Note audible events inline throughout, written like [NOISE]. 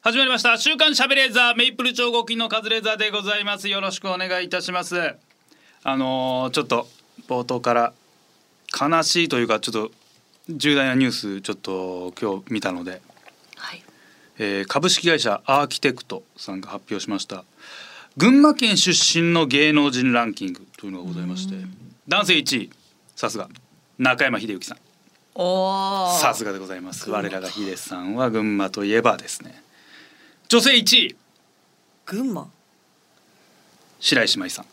始まりました週刊しゃべレーザーメイプル超合金のカズレーザーでございますよろしくお願いいたしますあのーちょっと冒頭から悲しいというかちょっと重大なニュースちょっと今日見たので、はい。えー株式会社アーキテクトさんが発表しました群馬県出身の芸能人ランキングというのがございまして男性1位さすが中山秀幸さんおお。さすがでございます我らが秀さんは群馬といえばですね女性1位群馬。白石麻衣さん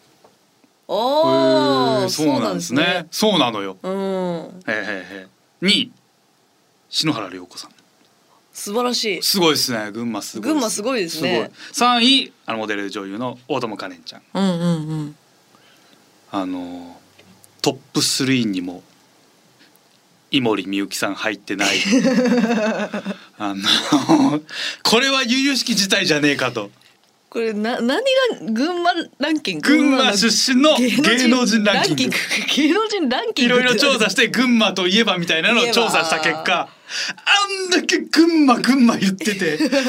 おへお。ーそうなんですね。そうなのよ。うん。へーへーへー。に篠原涼子さん。素晴らしい。すごいですね。群馬すごいっ。群馬すごいですねすごい。三位あのモデル女優の大友花恋ちゃん。うんうんうん。あのートップ3にも井森美幸さん入ってない。あのこれは悠々しき事態じゃねえかと。これな何が群馬ランキング。群馬出身の芸能人ランキング。芸能人ランキいング。ろいろ調査して群馬といえばみたいなのを調査した結果あんだけ群馬群馬言って [LAUGHS] て全然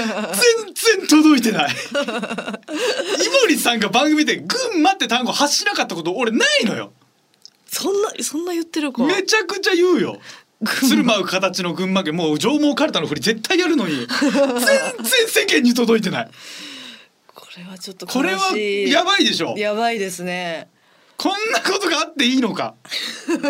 届いてない井森さんが番組で群馬って単語発しなかったこと俺ないのよそんなそんな言ってるか。めちゃくちゃ言うよ鶴舞う形の群馬県もう上毛かるたのふり絶対やるの [LAUGHS] に全然世間に届いてないこれはちょっとこれ悲はしいやばいでしょやばいですね。こんなことがあっていいのか [LAUGHS]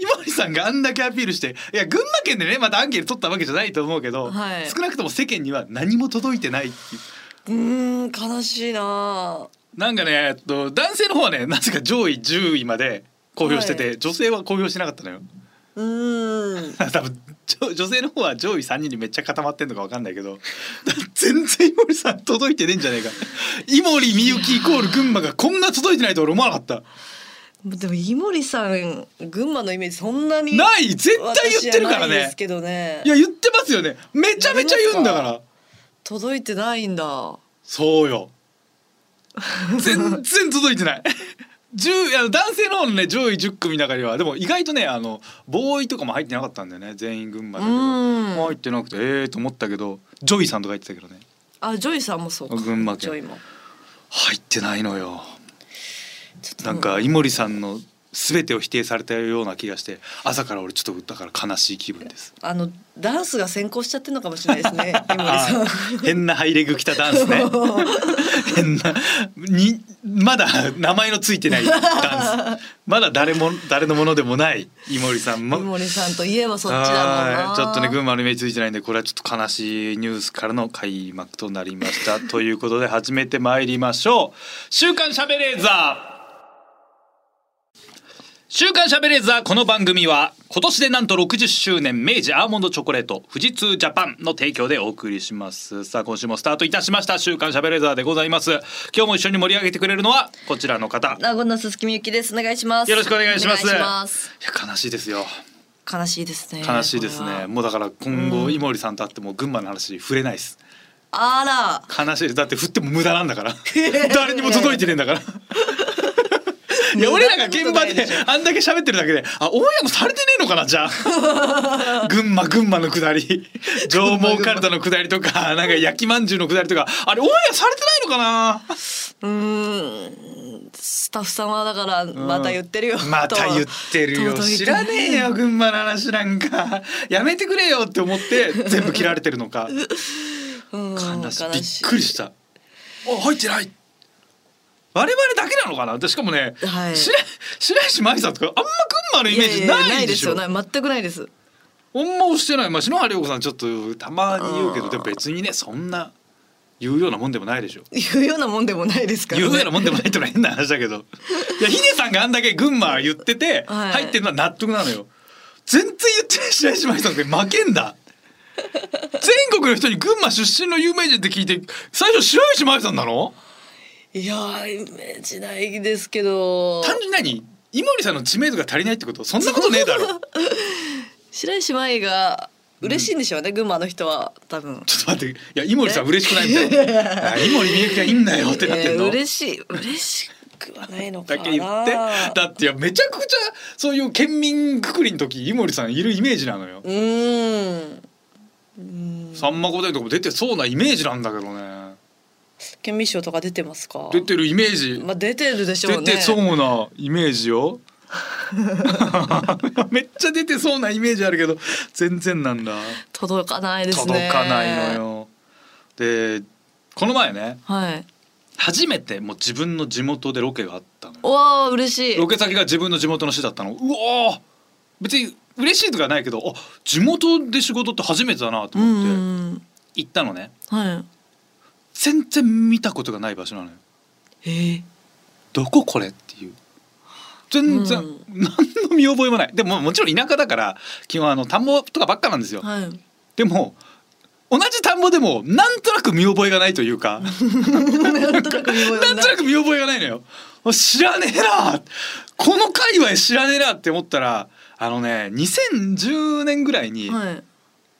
井森さんがあんだけアピールしていや群馬県でねまたアンケート取ったわけじゃないと思うけど、はい少なくとも世間には何も届いてないっていううーん悲しいな。なんかねえっと男性の方はねなぜか上位10位まで公表してて、はい女性は公表しなかったのよ [LAUGHS] うーん。多分女女性の方は上位3人にめっちゃ固まってんのかわかんないけど [LAUGHS] 全然井森さん届いてねえんじゃねえか井森美幸イコール群馬がこんな届いてないと俺思わなかったでも井森さん群馬のイメージそんなにない絶対言ってるから私じゃないでねすけどねいや言ってますよねめちゃめちゃ言うんだから届いてないんだそうよ全然届いてない10あの男性の方のね上位10組の中にはでも意外とねあのボーイとかも入ってなかったんだよね全員群馬だけどうん入ってなくてええー、と思ったけどジョイさんとか言ってたけどねあジョイさんもそうか群馬県ジョイも入ってないのよちょっとなんか井森さんの全てを否定されたような気がして朝から俺ちょっとだから悲しい気分ですあのダンスが先行しちゃってるのかもしれないで [LAUGHS] すね井森さあんー変なハイレグ着たダンスね [LAUGHS] 変なにまだ名前のついてないダンスまだ誰も誰のものでもない井森さんも井森さんといえばそっちだもんはないちょっとね群馬のイメージついてないんでこれはちょっと悲しいニュースからの開幕となりました [LAUGHS] ということで始めてまいりましょう「週刊しゃべレーザー」週刊しゃべレーザーこの番組は今年でなんと60周年明治アーモンドチョコレート富士通ジャパンの提供でお送りしますさあ今週もスタートいたしました週刊しゃべレーザーでございます今日も一緒に盛り上げてくれるのはこちらの方名古屋の鈴木みゆきですお願いしますよろしくお願いしますお願いしますいや悲しいですよ悲しいですね悲しいですこれねはもうだから今後井森さんと会っても群馬の話触れないですあら悲しいですだって振っても無駄なんだから [LAUGHS] 誰にも届いてねえんだからいや無俺駄らがなこと現場ないででしょあんだけ喋ってるだけであオンエアもされてねえのかなじゃあ [LAUGHS] 群馬群馬のくだり縄文かるたのくだりと [LAUGHS] かなんか焼きまんじゅうのくだりとかあれオンエアされてないのかなうーんスタッフさんはだからまた言ってるよ、また言ってるよと届い知てらないねえよ群馬の話なんかやめてくれよって思って全部切られてるの [LAUGHS] かうん悲しいび悲っしいくりしたあ入ってない我々だけなのかなでしかもね、はい白白石麻衣さんとかあんま群馬のイメージないでしょややないですよない全くないですほんま押してない、まあ、篠原涼子さんちょっとたまに言うけどでも別にねそんな言うようなもんでもないでしょ言うようなもんでもないですから、言ね、うようなもんでもないってのは変な [LAUGHS] 話だけどいやヒデさんがあんだけ群馬言っててはい入ってるのは納得なのよ全然言ってない白石麻衣さんって負けん [LAUGHS] だ全国の人に群馬出身の有名人って聞いて最初白石麻衣さんなのいやーイメージないですけど単純に何井森さんの知名度が足りないってことそんなことねえ [LAUGHS] だろ白石麻衣が嬉しいんでしょうね、群馬の人は多分ちょっと待っていや井森さん嬉しくないみたい [LAUGHS] なあ井森美幸がいいんだよってなってんの、えー嬉しい嬉しくはないのかだなけ言ってだっていやめちゃくちゃそういう県民くくりの時井森さんいるイメージなのようーんうーんさんま御殿とかも出てそうなイメージなんだけどね県民賞とか出てますか出てるイメージ、まあ出てるでしょう出ねてそうなイメージ [LAUGHS] よめっちゃ出てそうなイメージあるけど全然なんだ届かないですね届かないのよでこの前ねはい初めてもう自分の地元でロケがあったのよおわー嬉しいロケ先が自分の地元の市だったのうおー別に嬉しいとかはないけどあ地元で仕事って初めてだなとうんう思ってん行ったのねうんは全然見たことがない場所なのよいえどここれっていう全然、うん何の見覚えもないでももちろん田舎だから基本あの田んぼとかばっかなんですよー、はい [LAUGHS] でも同じ田んぼでもなんとなく見覚えがないというかなんとなく見覚えなんとなく見覚えがないのよあ知らねえなこの界隈知らねえなって思ったらあのね2010年ぐらいに、はい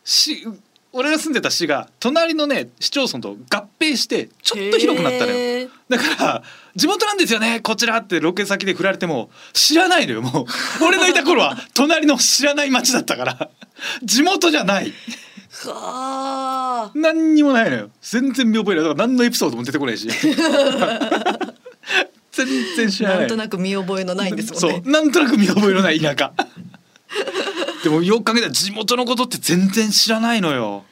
し俺が住んでた市が隣のね市町村と合併してちょっと広くなったのよへーだから地元なんですよねこちらってロケ先で振られても知らないのよもう俺のいた頃は隣の知らない町だったから地元じゃないはあ何にもないのよ全然見覚えないだから何のエピソードも出てこ [LAUGHS] ないし全然知らないなんとなく見覚えのないんですもんねそうなんとなく見覚えのない田 [LAUGHS] 舎でもよく考えたら地元のことって全然知らないのよ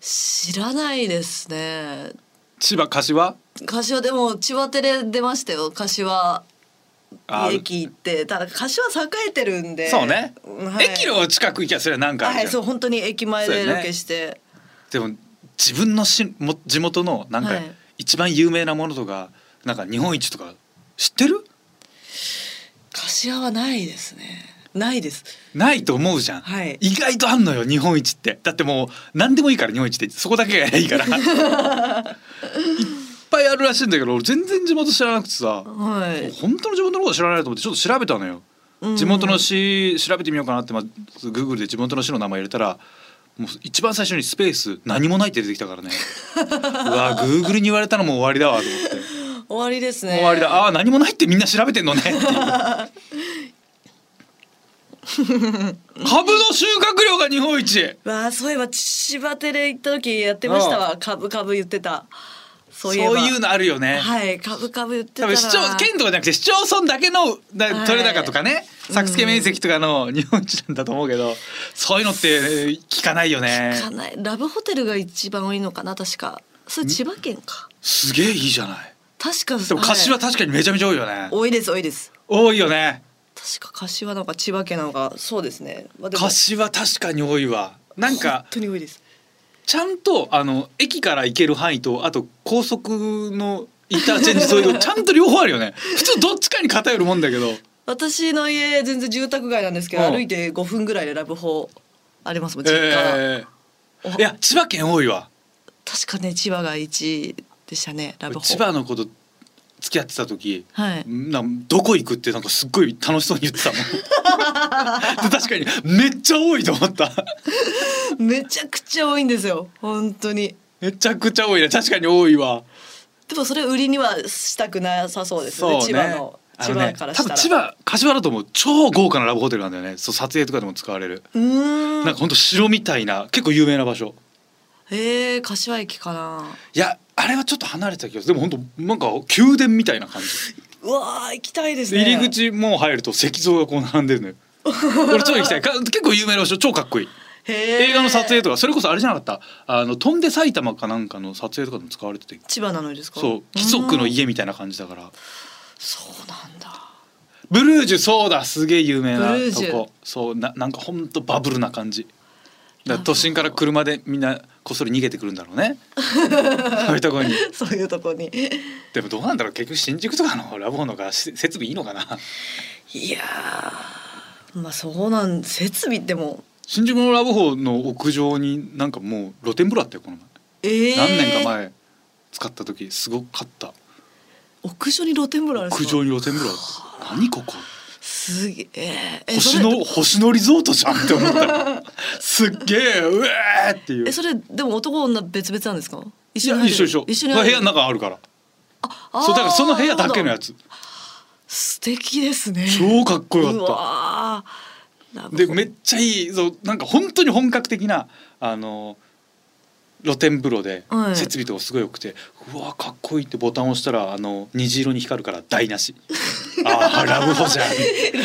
知らないですね千葉柏柏でも千葉テレ出ましたよ柏あ駅行ってただ柏栄えてるんでそうね、はい駅の近く行きゃそれはなんかあるじゃんはいそう本当に駅前そうでよねロケして、でも自分のしも地元のなんかはい一番有名なものとかなんか日本一とか知ってる柏はないですねないですないと思うじゃん、はい意外とあんのよ日本一ってだってもう何でもいいから日本一ってそこだけがいいからい [LAUGHS] っぱいあるらしいんだけど俺全然地元知らなくてさ、はい本当の地元のこと知らないと思ってちょっと調べたのよ、うん地元の市調べてみようかなってまずグーグルで地元の市の名前入れたらもう一番最初にスペース何もないって出てきたから [LAUGHS] ねうわグーグルに言われたのもう終わりだわと思って、終わりですね終わりだあー何もないってみんな調べてんのねっていう [LAUGHS] 株の収穫量が日本一わあそういえば千葉テレ行った時やってましたわ株株言ってたそうそういえばいうのあるよね、はい株株言って多たな分市町県とかじゃなくて市町村だけのはだい取れ高とかね、作付け面積とかの日本一なんだと思うけど、そういうのってえー聞かないよねかないラブホテルが一番多いのかな確かそれ千葉県かすげえいいじゃない確かでも柏はい確かにめちゃめちゃ多いよね多いです多いです多いよね確か柏なのか千葉県なのかそうですね、まあ、でも柏確かに多いわなんか本当に多いですちゃんとあの駅から行ける範囲とあと高速のインターチェンジ [LAUGHS] 沿いとちゃんと両方あるよね普通どっちかに偏るもんだけど私の家全然住宅街なんですけど、うん歩いて5分ぐらいでラブホありますもん実家、えーいや千葉県多いわ確かね千葉が1位でしたねラブホ千葉のこと付き合ってた時はいなんどこ行くってなんかすっごい楽しそうに言ってたもんで確かにめっちゃ多いと思っためちゃくちゃ多いんですよ本当にめちゃくちゃ多いね確かに多いわでもそれ売りにはしたくなさそうですね千葉のあ千のね葉からした多ら分千葉柏だともう超豪華なラブホテルなんだよねそう撮影とかでも使われるうーんなんかほんと城みたいな結構有名な場所えー、柏駅かないやあれはちょっと離れてた気がするでも本当なんか宮殿みたいな感じうわー行きたいですね入り口もう入ると石像がこう並んでるのよ俺超行きたいか結構有名な場所超かっこいいへー映画の撮影とかそれこそあれじゃなかったあの飛んで埼玉かなんかの撮影とかでも使われてて千葉なのですかそう貴族のうん家みたいな感じだからそうなんだ [LAUGHS] ブルージュそうだすげえ有名なブルージとュこそうななんかほんとバブルな感じだからなるほど都心から車でみんなこっそり逃げてくるんだろう [LAUGHS] ねそういうとこにそういうとこにでもどうなんだろう結局新宿とかのラボの方がし設備いいのかないやーまあそうなん設備でも新宿のラブホの屋上になんかもう露天風呂あったよこのえー、前、何年か前使った時すごかった屋上に露天風呂あるんです屋か上に露天風呂あった何ここすげええ星それの星のリゾートじゃんって思った [LAUGHS] よすっげえうえーっていうえそれでも男女別々なんですかい一緒にや一入って緒る一緒一緒にまあ入っ部て屋るの中あるからあーそうだからその部屋だけのやなるつほど素敵ですね超かっこようかっわーなるたほどでめっちゃいいそうなんか本当に本格的なあの露天風呂ではい設備とかすごい良くて、うわかっこいいってボタンを押したらあの虹色に光るから台無し [LAUGHS] あーラブホじゃん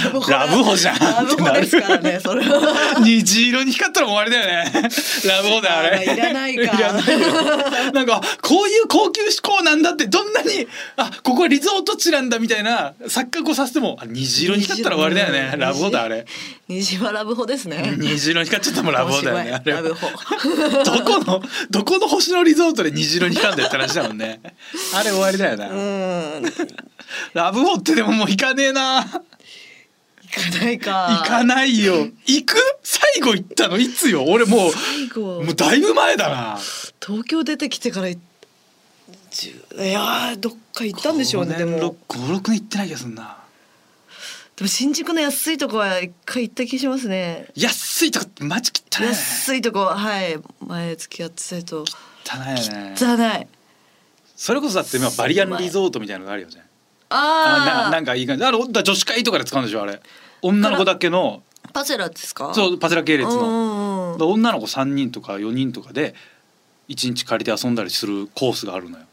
ラブホラブホじゃんラブホですか [LAUGHS] らねそれは。虹色に光ったら終わりだ [LAUGHS] よねラブホだあれあーいらないからないよなんかこういう高級志向なんだってどんなにあここはリゾート地なんだみたいな錯覚をさせてもあ虹色に光ったら終わりだよね虹ラブホだあれ虹はラブホですね。虹色に光っちゃったもんラブホだ [LAUGHS] よねあ面白れいはラブホ。どこのどこの星のリゾートで虹色に光んだよって話だもんねあれ終わりだよな、うん。ラブホってでももう行かねえな行かないか。行かないよ行く最後行ったのいつよ俺も最後うもうだいぶ前だな東京出てきてからいじゅいやーどっか行ったんでしょうねでもでも56年行ってない気がすんな新宿の安いとこは一回行った気しますね安いとこってマジ汚いね安いとこはい前付き合ってた人汚いよねじゃないそれこそだって今バリアンリゾートみたいなのがあるよねあなあなあんかいい感じあれ女子会とかで使うんでしょあれ女の子だけのパセラですかそううパセラ系列ののだから女の子3人とか4人とかで1日借りて遊んだりするコースがあるのよ。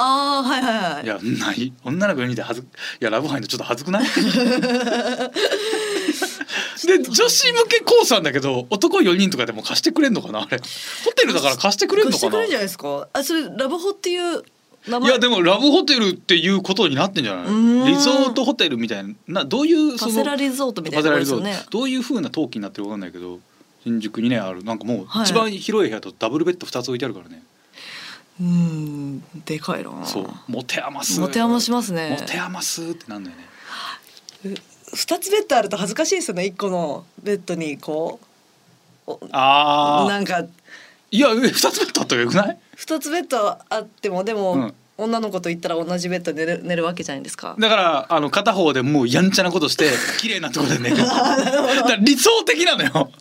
ああはいはいはいいやない女の子4人ではずいやラブハイのちょっと恥ずく [LAUGHS] ないで女子向けコースなんだけど男4人とかでも貸してくれんのかなあれホテルだから貸してくれん貸のしてかくなれるんじゃないですかあそれラブホっていう名い前やでもラブホテルっていうことになってんじゃなうーんいリゾートホテルみたいなどういうそパのセラリゾートみたパいセなとラこリでゾすートよねどういう風な陶器になってるかわかんないけど新宿にねあるなんかもうはい一番広い部屋とダブルベッド2つ置いてあるからね、うんでかいなそう持て余す持て余しますね持て余すってなんだよね二つベッドあると恥ずかしいですよね一個のベッドにこうおあなあんかいやえ二つベッドあったらよくない二つベッドあってもでも、うん女の子と行ったら同じベッドで寝る寝るわけじゃないですか。だからあの片方でもうやんちゃなことして [LAUGHS] 綺麗なところ [LAUGHS] で寝るだから理想的なのよ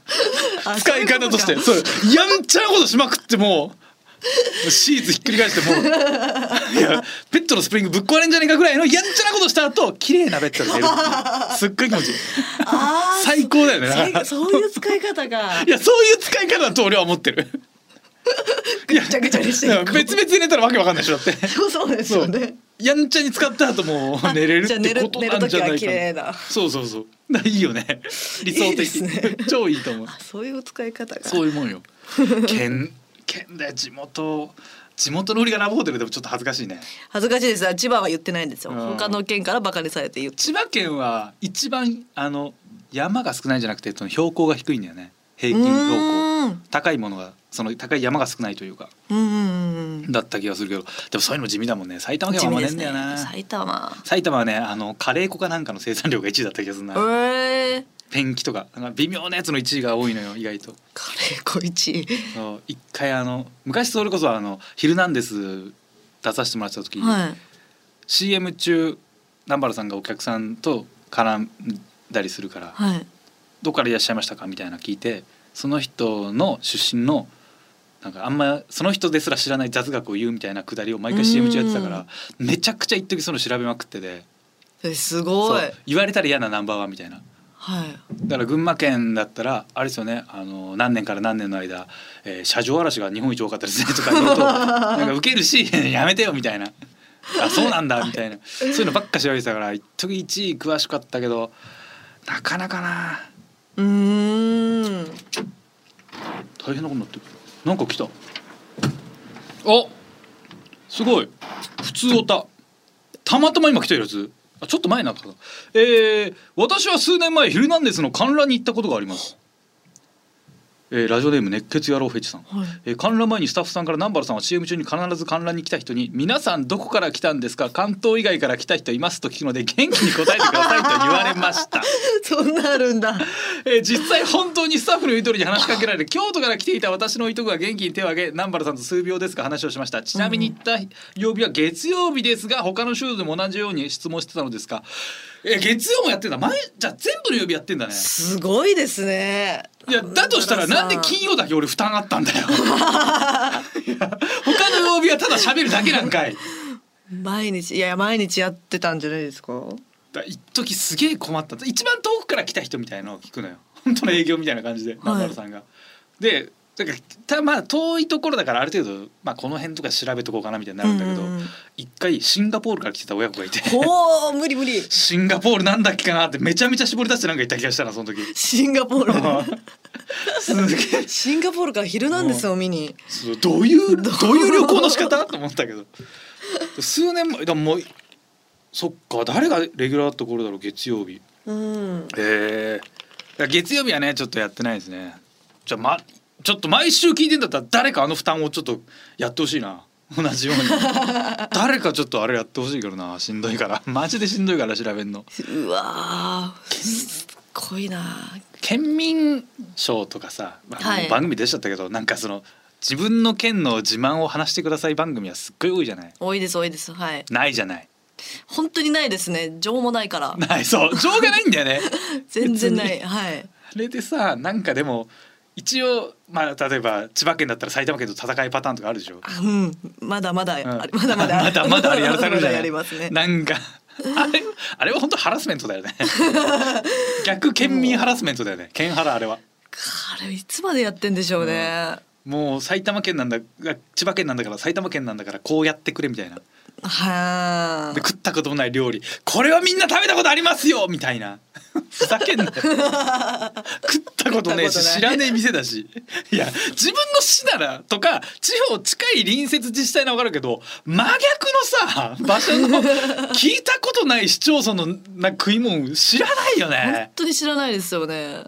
あ使い方としてそういうこそうやんちゃなことしまくってもうシーツひっくり返して [LAUGHS] もういやベッドのスプリングぶっ壊れんじゃねえかぐらいのやんちゃなことした後綺麗なベッドで寝るって [LAUGHS] いうすっごい気持ちいいとかあー最高だよねだから最そういう使い方がいやそういう使い方だと俺は思ってるぐちゃぐちゃにしていこう別々に寝たらわけわかんないでしょだってそうそうですよね。やんちゃに使った後もあ寝れるっじゃあて寝ることなんじゃ寝なるい時かは綺麗なだそうそうそうだからいいよね理想的いいですね超いいと思うあそういう使い方が。そういうもんよ [LAUGHS] 県県で地元地元の売りがラブホテルでもちょっと恥ずかしいね恥ずかしいです。千葉は言ってないんですよ。うん他の県からバカにされて言う。千葉県は一番あの山が少ないんじゃなくてその標高が低いんだよね平均標高うーん高いものがその高い山が少ないというかうんうんうん。だった気がするけどでもそういうのも地味だもんね埼玉県はあ地んま味ねでえすんだよな、ね。埼玉。埼玉はねあのカレー粉かなんかの生産量が1位だった気がするな、ええー。ペンキとかなんか微妙なやつの1位が多いのよ意外とカレー小一。あの一回あの昔それこそあの「ヒルナンデス」出させてもらってた時、はい。 CM 中南原さんがお客さんと絡んだりするからはい。 「どこからいらっしゃいましたか?」みたいなの聞いてその人の出身のなんかあんまその人ですら知らない雑学を言うみたいなくだりを毎回 CM 中やってたからめちゃくちゃ一時その調べまくっててえすごいそう。言われたら嫌なナンバーワンみたいな。はい。だから群馬県だったらあれですよねあの何年から何年の間、えー車上荒らしが日本一多かったですねとか言うとなんか受けるし [LAUGHS] やめてよみたいなあそうなんだみたいなそういうのばっか調べてたから一時1位詳しかったけどなかなかなうーん。大変なことになってるなんか来たおすごい普通おたたまたま今来てるやつあちょっと前になったかなえー、私は数年前「ヒルナンデス」の観覧に行ったことがありますえーラジオネーム熱血野郎フェチさん、はいえー観覧前にスタッフさんから南原さんは CM 中に必ず観覧に来た人に「皆さんどこから来たんですか関東以外から来た人います」と聞くので元気に答えてくださいと言われましたそんなあるんだ。えー実際本当にスタッフの言う通りに話しかけられ京都から来ていた私のいとこが元気に手を挙げ南原さんと数秒ですが話をしましたちなみに行った曜日は月曜日ですが他の週でも同じように質問してたのですが、えー月曜もやってんだ前じゃあ全部の曜日やってんだねすごいですね。いやだとしたらなんで金曜だけ俺負担あったんだよいや他の曜日はただ喋るだけなんかい毎日いやいや毎日やってたんじゃないですか。だ一時すげえ困った [LAUGHS] 一番遠くから来た人みたいのを聞くのよ本当の営業みたいな感じで南原さんが。でだからたまあ遠いところだからある程度、まあ、この辺とか調べとこうかなみたいになるんだけど、うんうんうん一回シンガポールから来てた親子がいてほう無理無理シンガポールなんだっけかなってめちゃめちゃ絞り出してなんか言った気がしたなその [LAUGHS] 時シンガポールすげえシンガポールから「ヒルナンデス」を見にそうどういうどういう旅行の仕方と思ったけど数年前だからもうそっか誰がレギュラーだった頃だろう月曜日うんええ月曜日はねちょっとやってないですねじゃあ、ま、ちょっと毎週聞いてんだったら誰かあの負担をちょっとやってほしいな同じよ [LAUGHS] うに誰かちょっとあれやってほしいけどなしんどいから [LAUGHS] マジでしんどいから調べんのうわーすっごいな県民賞とかさ、まあはいもう番組出ちゃったけどなんかその自分の県の自慢を話してください番組はすっごい多いじゃない多いです多いですはいないじゃない本当にないですね情もないからないそう情がないんだよ [LAUGHS] ね全然ないはいあれでさなんかでも一応まあ例えば千葉県だったら埼玉県と戦いパターンとかあるでしょあうんまだまだ、うんあれまだま [LAUGHS] だまだまだあれやらされるじゃ [LAUGHS] なまだまだやいりますねなんかあれあれは本当ハラスメントだよ [LAUGHS] ね逆県民ハラスメントだよね県ハラあれはあれいつまでやってんでしょうね、もう埼玉県なんだ千葉県なんだから埼玉県なんだからこうやってくれみたいなはあで食ったこともない料理これはみんな食べたことありますよみたいなふざけんなよ食ったことねえし食ったことない知らねえ店だしいや自分の市ならとか地方近い隣接自治体なら分かるけど真逆のさ場所の聞いたことない市町村のな食い物知らないよ本ね当に知らないですよね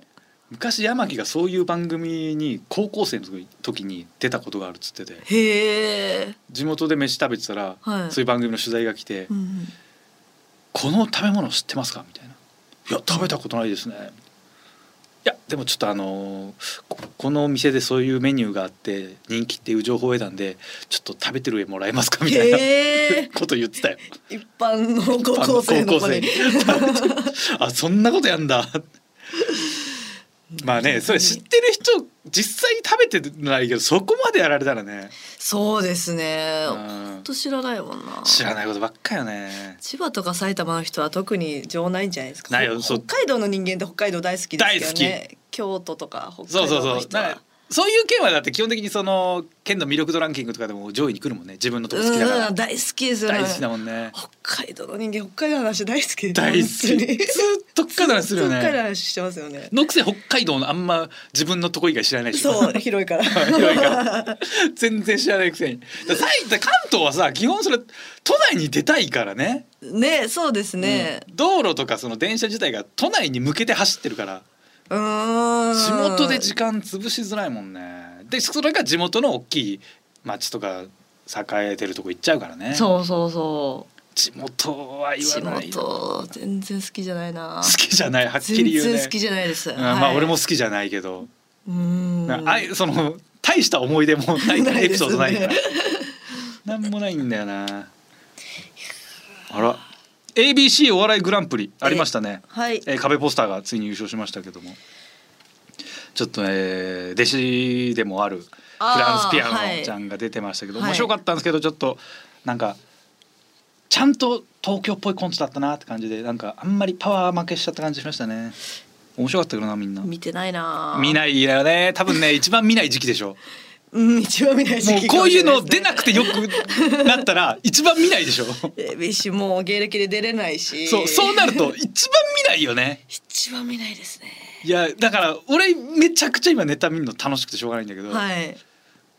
昔山木がそういう番組に高校生の時に出たことがあるっつっててへえ、地元で飯食べてたら、はいそういう番組の取材が来てう。ん、この食べ物知ってますかみたいな「いや食べたことないですね」いやでもちょっとあのーここのお店でそういうメニューがあって人気っていう情報を得たんでちょっと食べてる絵もらえますかみたいなへえこと言ってたよ一般の高校生の子にあの高校生にあそんなことやんだまあねそれ知ってる人実際に食べてないけどそこまでやられたらねそうですねうん本当知らないもんな知らないことばっかよね千葉とか埼玉の人は特に情ないんじゃないですかないよそ北う海道の人間って北海道大好きですけどね京都とか北そう海そう道そのう人だからはそういう県はだって基本的にその県の魅力度ランキングとかでも上位に来るもんね自分のとこ好きだかうらん大好きですよね大好きだもんね北海道の人間北海道の話大好き大好きず本当にーっと北海道の話するよ北海道のね話してますよねのくせ北海道のあんま自分のとこ以外知らないでしょそう [LAUGHS] 広いから広いから [LAUGHS] 全然知らないくせにだから埼玉関東はさ基本それ都内に出たいからねねそうですねうん道路とかその電車自体が都内に向けて走ってるからうーん地元で時間潰しづらいもんねでそれが地元の大きい町とか栄えてるとこ行っちゃうからねそうそうそ地元はう言地わない好元全然好きじゃないなきじゃないはっき全り言うね然好きじゃないです、うんまあ俺も好きじゃないけど、うーんあいその大した思い出 [LAUGHS] もないないですねエピソードないからなんもないんだよなあ [LAUGHS] ら ABC お笑いグランプリありましたねはいえー壁ポスターがついに優勝しましたけどもちょっと、えー弟子でもあるフランスピアノちゃんが出てましたけど、あーはい面白かったんですけどちょっとなんかちゃんと東京っぽいコントだったなって感じでなんかあんまりパワー負けしちゃった感じしましたね面白かったけどなみんな見てないな見いないよね多分ね一番見ない時期でしょうん一番見ないも [LAUGHS] 時う期こういうの出くなくてよくなったら一番見ない [LAUGHS] でしょ ABC もう芸歴で出れないしそうそうなると一番見ないよね一番見ないですねいやだから俺めちゃくちゃ今ネタ見るの楽しくてしょうがないんだけど、はい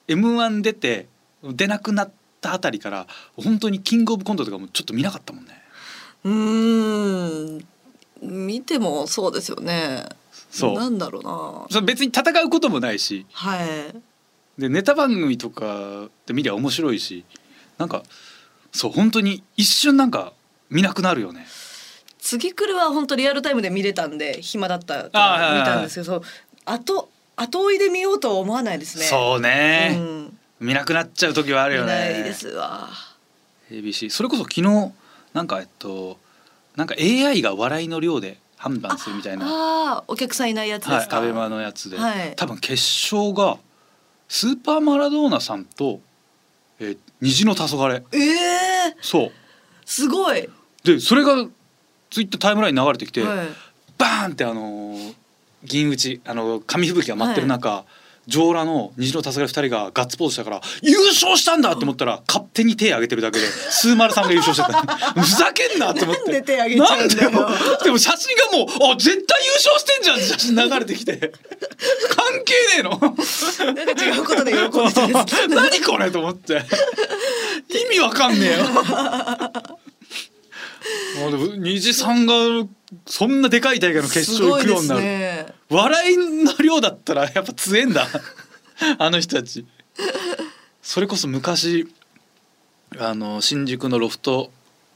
m 1出て出なくなったあたりから本当にキングオブコントとかもちょっと見なかったもんねうーん見てもそうですよねそうなんだろうなそれ別に戦うこともないしはいでネタ番組とかで見りゃ面白いしなんかそう本当に一瞬なんか見なくなるよね次来るは本当リアルタイムで見れたんで暇だったかあーはいはいら見たんですけど後後追いで見ようとは思わないですねそうね、うん見なくなっちゃう時はあるよ見ねないですわ ABC それこそ昨日なんかえっとなんか AI が笑いの量で判断するみたいなああお客さんいないやつではいす、か、アベマのやつで、はい多分決勝がスーパーマラドーナさんと、えー虹の黄昏ええー、そうすごい、でそれがツイッタータイムラインに流れてきて、はいバーンってあのー銀打ちあのー紙吹雪が舞ってる中、上羅の虹の黄昏二人がガッツポーズしたから優勝したんだと思ったら勝手に手挙げてるだけでスーマルさんが優勝して [LAUGHS] たふざけんなと思ってなんで手挙げちゃうんだよなんでもでも写真がもうあ絶対優勝してんじゃんって写真流れてきて関係ねえのなんか違うことで喜んでたんですけど何これと思って意味わかんねえよあでも虹さんがそんなでかい大会の [LAUGHS] 決勝行くようになる、すごいですね笑いの量だったらやっぱ強えんだあの人たちそれこそ昔あの新宿のロフト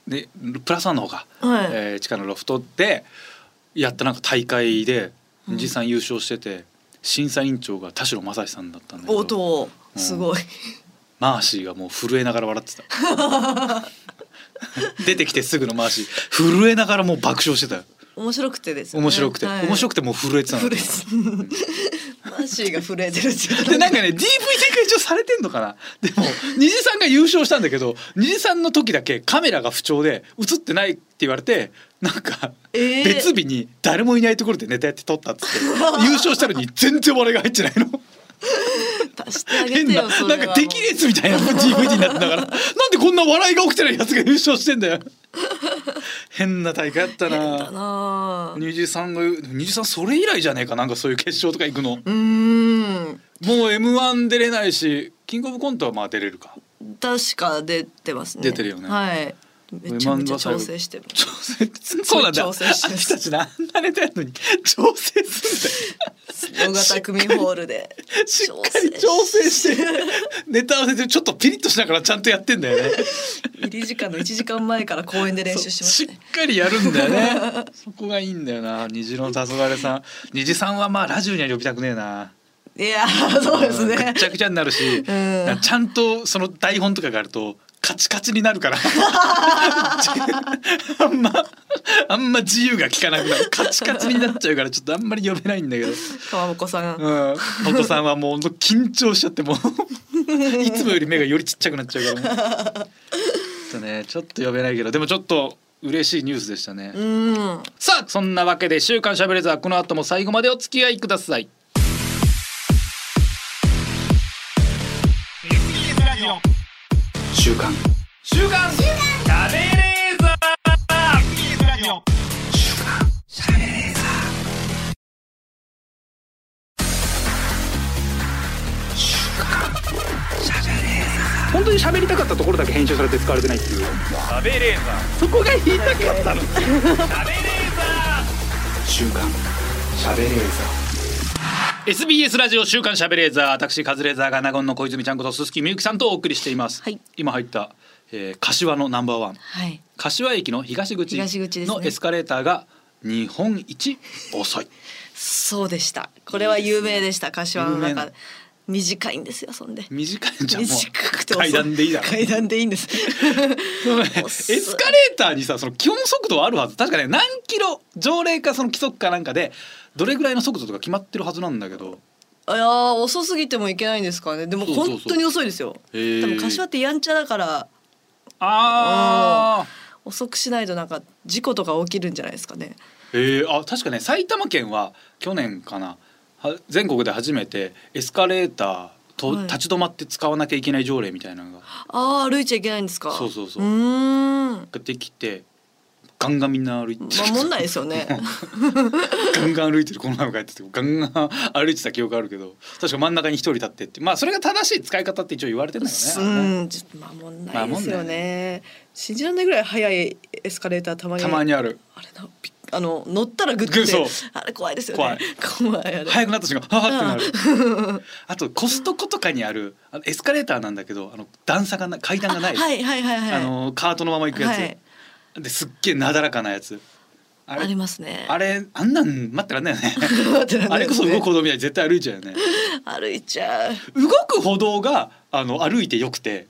でプラスワンの方が、はいえー地下のロフトでやったなんか大会で虹さん優勝してて、審査委員長が田代正史さんだったんだけど応答すごい、マーシーがもう震えながら笑ってた [LAUGHS] 出てきてすぐのマーシー震えながらもう爆笑してたよ面白くてですね面白くて、はい面白くてもう震えてたの震えマーシーが震えてるっていう [LAUGHS] でなんかね DV 展開一応されてんのかなで [LAUGHS] も虹さんが優勝したんだけど虹さんの時だけカメラが不調で映ってないって言われてなんかえー別日に誰もいないところでネタやって撮ったっつって優勝したのに全然笑いが入ってないの。足してあげ変てなよそれなはんか出来列みたいな DVD になってたからなんでこんな笑いが起きてないやつが優勝してん [LAUGHS] だよ変な大会やった変だななあ二十三が二十三それ以来じゃねえかなんかそういう決勝とか行くのもうーんう m 1出れないしキングオブコントはまあ出れるか確か出てますね出てるよねはいめちゃめちゃ調整してる調整ごいそうなんだあ調の整してる人たちなんなネタやるのに調整すんだよ大型組ホールでしっかり調整してネタ合わせでちょっとピリッとしながらちゃんとやってんだよね入り時間の1時間前から公演で練習し [LAUGHS] ましたねっかりやるんだよね [LAUGHS] そこがいいんだよな虹の黄昏さん虹さんはまあラジオには呼びたくねえないやーそうですんぐっねちゃくちゃになるし、んちゃんとその台本とかがあるとカチカチになるから [LAUGHS] あんまあんま自由が利かなくなるカチカチになっちゃうからちょっとあんまり呼べないんだけど川本さん、うん、お子さんはもうほんと緊張しちゃっても [LAUGHS] ういつもより目がよりちっちゃくなっちゃうからもうちょっとねちょっと呼べないけどでもちょっと嬉しいニュースでしたね、うんさあそんなわけで「週刊しゃべれず」はこの後も最後までお付き合いください TBS ラジオ週刊週刊週刊しゃべれず TBS ラジオ本当に喋りたかったところだけ編集されて使われてないっていうしゃべれーザーそこが言いたかったのしゃべれーザー週刊しゃべれーザー SBS ラジオ週刊しゃべれーザー私カズレーザーが名言の小泉ちゃんこと鈴木みゆきさんとお送りしています、はい今入った、えー、柏のナンバーワンはい柏駅の東口東口ですねのエスカレーターが日本一遅いそうでしたこれは有名でした柏の有名中なで短いんですよそんで短いじゃんもう短くて遅階段でいいだろ階段でいいんです [LAUGHS] そうねエ遅いスカレーターにさその基本速度はあるはず確かね何キロ条例かその規則かなんかでどれぐらいの速度とか決まってるはずなんだけどいやー遅すぎてもいけないんですからねでもそうそうそう本当に遅いですよへー多分柏ってやんちゃだからあ遅くしないとなんか事故とか起きるんじゃないですかねー、えー、あ確かね埼玉県は去年かなは全国で初めてエスカレーターと、はい立ち止まって使わなきゃいけない条例みたいなのがあー歩いちゃいけないんですかそうそうそううーんできてガンガンみんな歩いて守んないですよね [LAUGHS] ガンガン歩いてるこの前も帰っててガンガン歩いてた記憶あるけど確か真ん中に一人立ってってまあそれが正しい使い方って一応言われてるんだうよね。んちょっと守んないです守よんないね信じられないぐらい速いエスカレーターたまにたまにあるあれなびっあの乗ったらグッてグッそうあれ怖いですよ怖ねい怖いあれ早くなった瞬間はーってなるあとコストコとかにあるあのエスカレーターなんだけどあの段差がな階段がないあはいはいはいはいあのカートのまま行くやつ、はいですっげえなだらかなやつああれりますねあれあんなん待ってらんないよ [LAUGHS] ねってらんあないれでこすそね動く歩道みたいに絶対歩いちゃうよね歩いちゃう動く歩道があの歩いてよくて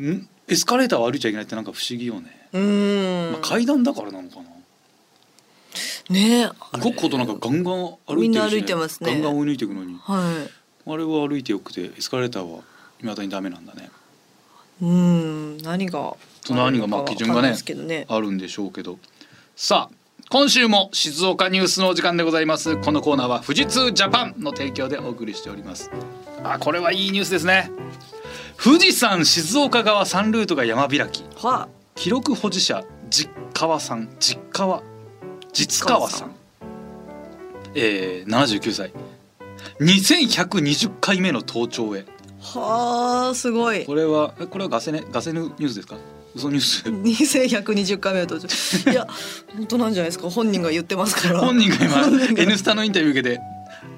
んエスカレーターは歩いちゃいけないってなんか不思議よね、うーん、まあ、階段だからなのかなねえあれ動くことなんかガンガン歩いてるし、みんな歩いてますねガンガン追い抜いていくのにはいあれは歩いてよくてエスカレーターは未だにダメなんだねうーん何がその何がまあ基準がわかんないねですけどねあるんでしょうけどさあ今週も静岡ニュースのお時間でございますこのコーナーは富士通ジャパンの提供でお送りしておりますあこれはいいニュースですね富士山静岡側3ルートが山開きは記録保持者実川さん実川実川さんえー、79歳2120回目の登頂へあはあすごいこれはえこれはガセネガセヌニュースですか嘘ニュース2120回目の登 [LAUGHS] 場いや本当なんじゃないですか本人が言ってますから本人が今本人が N スタのインタビュー受けて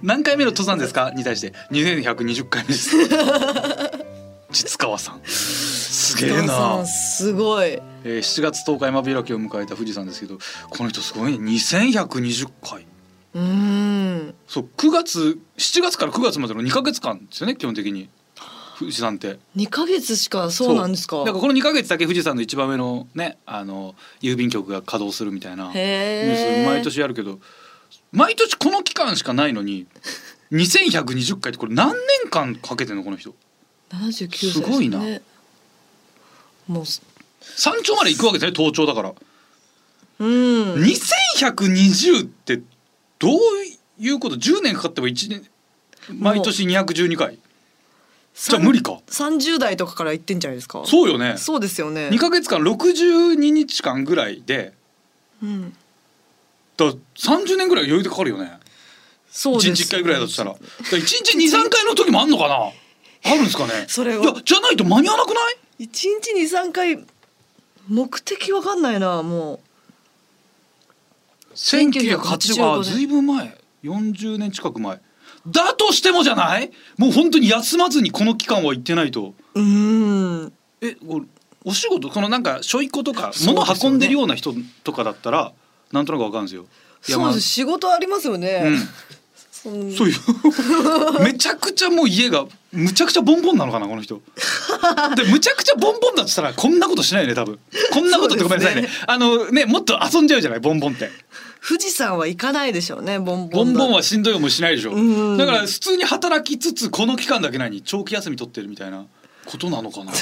何回目の登山ですかに対して2120回目です [LAUGHS] 実川さんすげえお父さ、なんすごいえー、7月10日山開きを迎えた富士山ですけどこの人すごいね2120回うーんそう9月7月から9月までの2か月間ですよね基本的に富士山って2ヶ月しかそうなんですかだからこの2か月だけ富士山の一番上のねあの郵便局が稼働するみたいなニューへスえ毎年やるけど毎年この期間しかないのに2120回ってこれ何年間かけてんのこの人79歳、ね、すごいなもう山頂まで行くわけですね登頂だからうん2120ってどういうこと10年かかっても1年毎年212回じゃあ無理か30代とかから行ってんじゃないですかうそうよねそうですよね2か月間62日間ぐらいでうんだから30年ぐらい余裕でかかるよねそう一です日1回ぐらいだとしたらだから1日23回の時もあんのかなあるんですかねそれいをやじゃないと間に合わなくない一日二三回目的わかんないなも1985あずいぶん前40年近く前だとしてもじゃないもう本当に休まずにこの期間は行ってないとううーんえこれお仕事このなんかしょいことかそうですよ物ね運んでるような人とかだったらなんとなくわかるんですよそうです仕事ありますよね、うんそんそう [LAUGHS] いうめちゃくちゃもう家がむちゃくちゃボンボンなのかなこの人でむちゃくちゃボンボンだとしたらこんなことしないよね多分こんなことってごめんなさいねそうであのねもっと遊んじゃうじゃないボンボンって富士山は行かないでしょうねボンボボンンだボンはしんどい思いしないでしょうんだから普通に働きつつこの期間だけ何長期休み取ってるみたいなことなの [LAUGHS] かな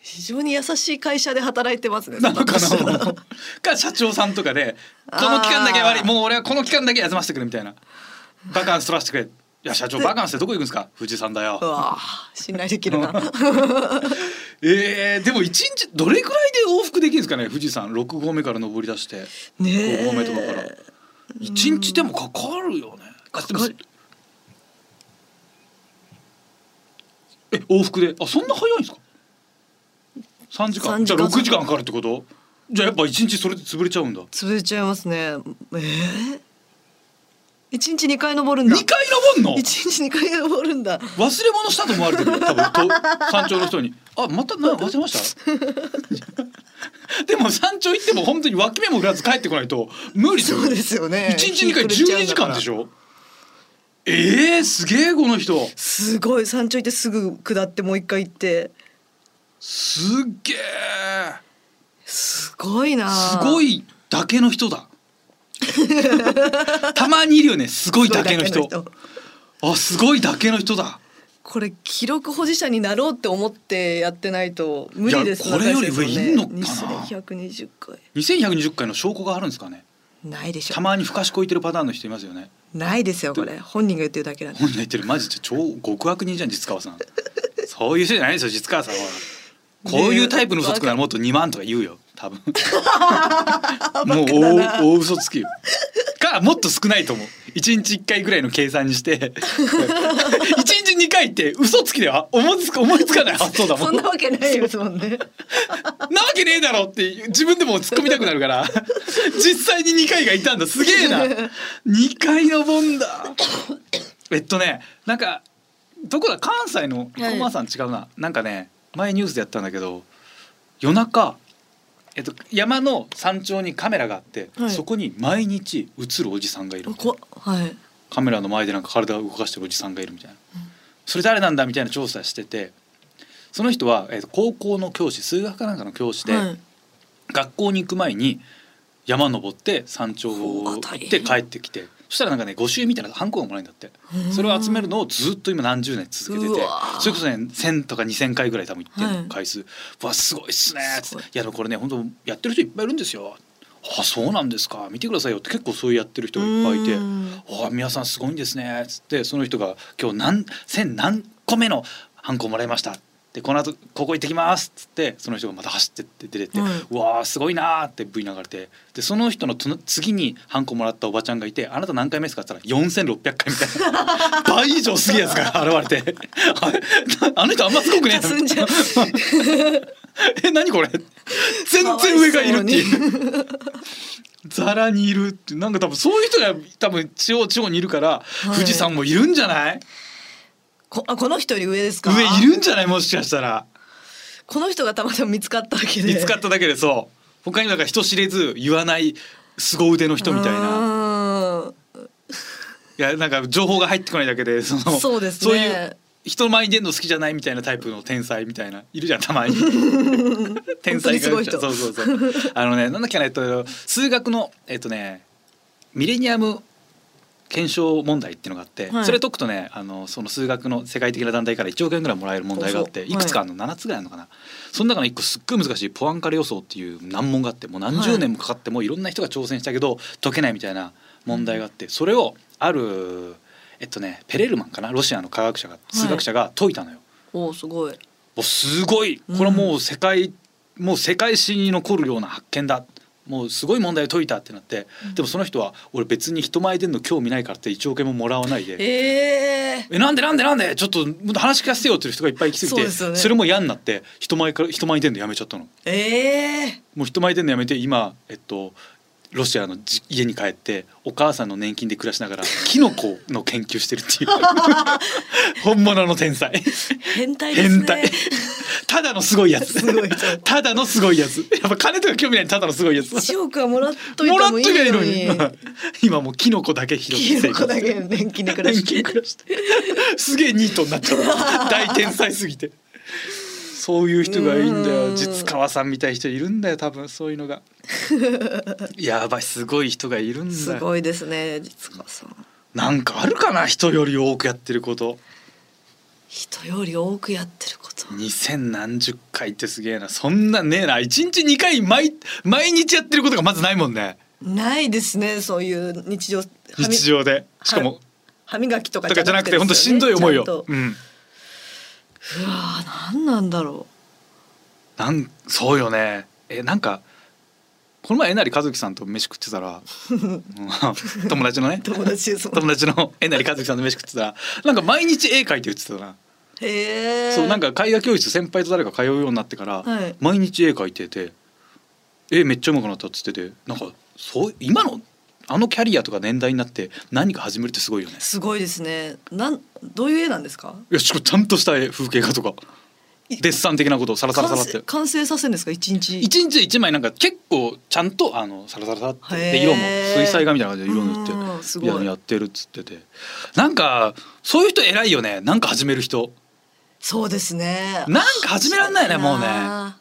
非常に優しい会社で働いてますねなのかそのなか社長さんとかでこの期間だけはあーもう俺はこの期間だけ休ませてくれみたいなバカンス取らせてくれいや社長バカンスってどこ行くんですか富士山だようわあ信頼できるな [LAUGHS] えー、でも一日どれくらいで往復できるんですかね富士山6合目から登り出してね5合目とかからえ一日でもかかるよねあでもかかるえ往復であそんな早いんですか3時間3じゃ時間あ6時間かかるってことじゃあやっぱ一日それで潰れちゃうんだ潰れちゃいますねえー、一日二回登るん2だ回登んの一日二回登るんだ忘れ物したと思われてるよ多分と山頂の人に「あまたな忘れま [LAUGHS] した?」でも山頂行っても本当に脇目も振らず帰ってこないと無理だよそうですよね一日二回日十暮れ二時ちゃうんだか間らでしょええー、すげえこの人すごい山頂行ってすぐ下ってもう一回行ってすっげえすごいなすごいだけの人だ [LAUGHS] たまにいるよねすごいだけの人すごいだけのあすごいだけの人だこれ記録保持者になろうって思ってやってないと無理ですいやこれより上いんのかな2120回2120回の証拠があるんですかねないでしょたまに不可視こいてるパターンの人いますよねないですよこれ本人が言ってるだけなんで本人が言ってるマジで超極悪人じゃん実川さんそういう人じゃないですよ実川さんはこういうタイプの嘘つくならもっと2万とか言うよ多 [LAUGHS] 分もう大大嘘つきよかもっと少ないと思う1日1回ぐらいの計算にして1 [LAUGHS] 日2回って嘘つきでは思いつく思いつかない発想だもそんんななわわけないですも [LAUGHS] んねけねえだろって自分でも突っ込みたくなる [LAUGHS] から実際に2回がいたんだすげえな2回登んだえっとねなんかどこだ関西のはい駒さん違うな、なんかね前ニュースでやったんだけど夜中、えっと、山の山頂にカメラがあって、はいそこに毎日映るおじさんがいるこはいカメラの前でなんか体を動かしてるおじさんがいるみたいな、それ誰なんだみたいな調査しててその人は、えっと、高校の教師数学かなんかの教師で、はい学校に行く前に山登って山頂をほう行あっ大変て帰ってきてそしたらなんかね5周みたいなハンコがもらえるんだってうんそれを集めるのをずっと今何十年続けてうてわーそれこそね1,000とか2,000回ぐらい多分行ってるのはい回数「わすごいっすね」っつすっごいて「いやでもこれね本当やってる人いっぱいいるんですよ」あそうなんですか見てくださいよって結構そうやってる人がいっぱいいてうん「あ皆さんすごいんですね」つってその人が「今日何千何個目のハンコもらいました」でこの後ここ行ってきます」っつってその人がまた走ってって出てって「ううんわーすごいな」って V 流れてでその人のと次にハンコもらったおばちゃんがいて「あなた何回目ですか?」って言ったら4600回みたい [LAUGHS] な倍以上すげえやつが現れて [LAUGHS] 「あれあの人あんますごくねえ」霞んじゃう [LAUGHS] え何これ全然上がいるっていうざらにいるってなんか多分そういう人が多分地方地方にいるから、い富士山もいるんじゃないこあこの人より上ですか上いるんじゃないもしかしたらこの人がたまたま見つかったわけで見つかっただけでそう他になんか人知れず言わない凄腕の人みたいなないやなんか情報が入ってこないだけでそのそうですねそういう人の前に出るの好きじゃないみたいなタイプの天才みたいないるじゃんたま [LAUGHS] に [LAUGHS] 天才が本当にすごい人そうそうそうあのねなんだっけなえっと数学のえっとねミレニアム検証問題っていうのがあって、はいそれ解くとねあのその数学の世界的な団体から1億円ぐらいもらえる問題があってそうそういくつかあるの、7つぐらいあるのかなその中の1個すっごい難しいポアンカレ予想っていう難問があってもう何十年もかかってもいろんな人が挑戦したけど解けないみたいな問題があって、それをあるえっとねペレルマンかなロシアの科学者が数学者が解いたのよ。おーすごいもうすごいこれはもう世界、もう世界史に残るような発見だもうすごい問題を解いたってなって、でもその人は俺別に人前出るの興味ないからって1億円ももらわないで。えええなんでなんでなんでちょっともっと話聞かせてよっていう人がいっぱい来てきそうてですよねれも嫌になって人前から人前に出るのやめちゃったのええもう人前に出るのやめて今えっとロシアのじ家に帰ってお母さんの年金で暮らしながらキノコの研究してるっていう [LAUGHS] 本物の天才変態ですね変態ただのすごいやつすごいただのすごいやつやっぱ金とか興味ないただのすごいやつ1億はもらっといもらってともいいきゃいいののにに [LAUGHS] 今もうキノコだけ拾ってキ生ノコ活だしてける年金で暮ら年して金暮らしてすげえニートになっちゃ [LAUGHS] う大天才すぎてそういう人がいいんだうーよん実川さんみたいな人いるんだよ多分そういうの [LAUGHS] がやばいすごい人がいるんすだよごいですね実川さんなんかあるかな人より多くやってること人より多くやってること2000何十回ってすげえなそんなねえな1日2回毎毎日やってることがまずないもんねないですねそういう日常はみ日常でしかも歯磨きとかとかじゃなくてですほよねんとしんどい思いちゃんよと、うん、うわー何なんだろなんそうよねえなんかこの前えなりかずきさんと飯食ってたらうん [LAUGHS] 友達の [LAUGHS] ねう友達ですもん友達のえなりかずきさんと飯食ってたらなんか毎日絵描いて言ってたな、へえそうなんか絵画教室先輩と誰か通うようになってから、はい毎日絵描いてて絵めっちゃ上手くなったっつっててなんかそう今のあのキャリアとか年代になって何か始めるってすごいよねすごいですねなんどういう絵なんですかいやしかもちゃんとした絵風景画とかデいッサン的なことをサラサラサラっ完て成完成させるんですか一日一日一枚なんか結構ちゃんとあのサラサラサラってへでー色も水彩画みたいな感じで色塗ってうんすごいややってるっつっててなんかそういう人偉いよねなんか始める人そうですねなんか始めらんないねもうねあ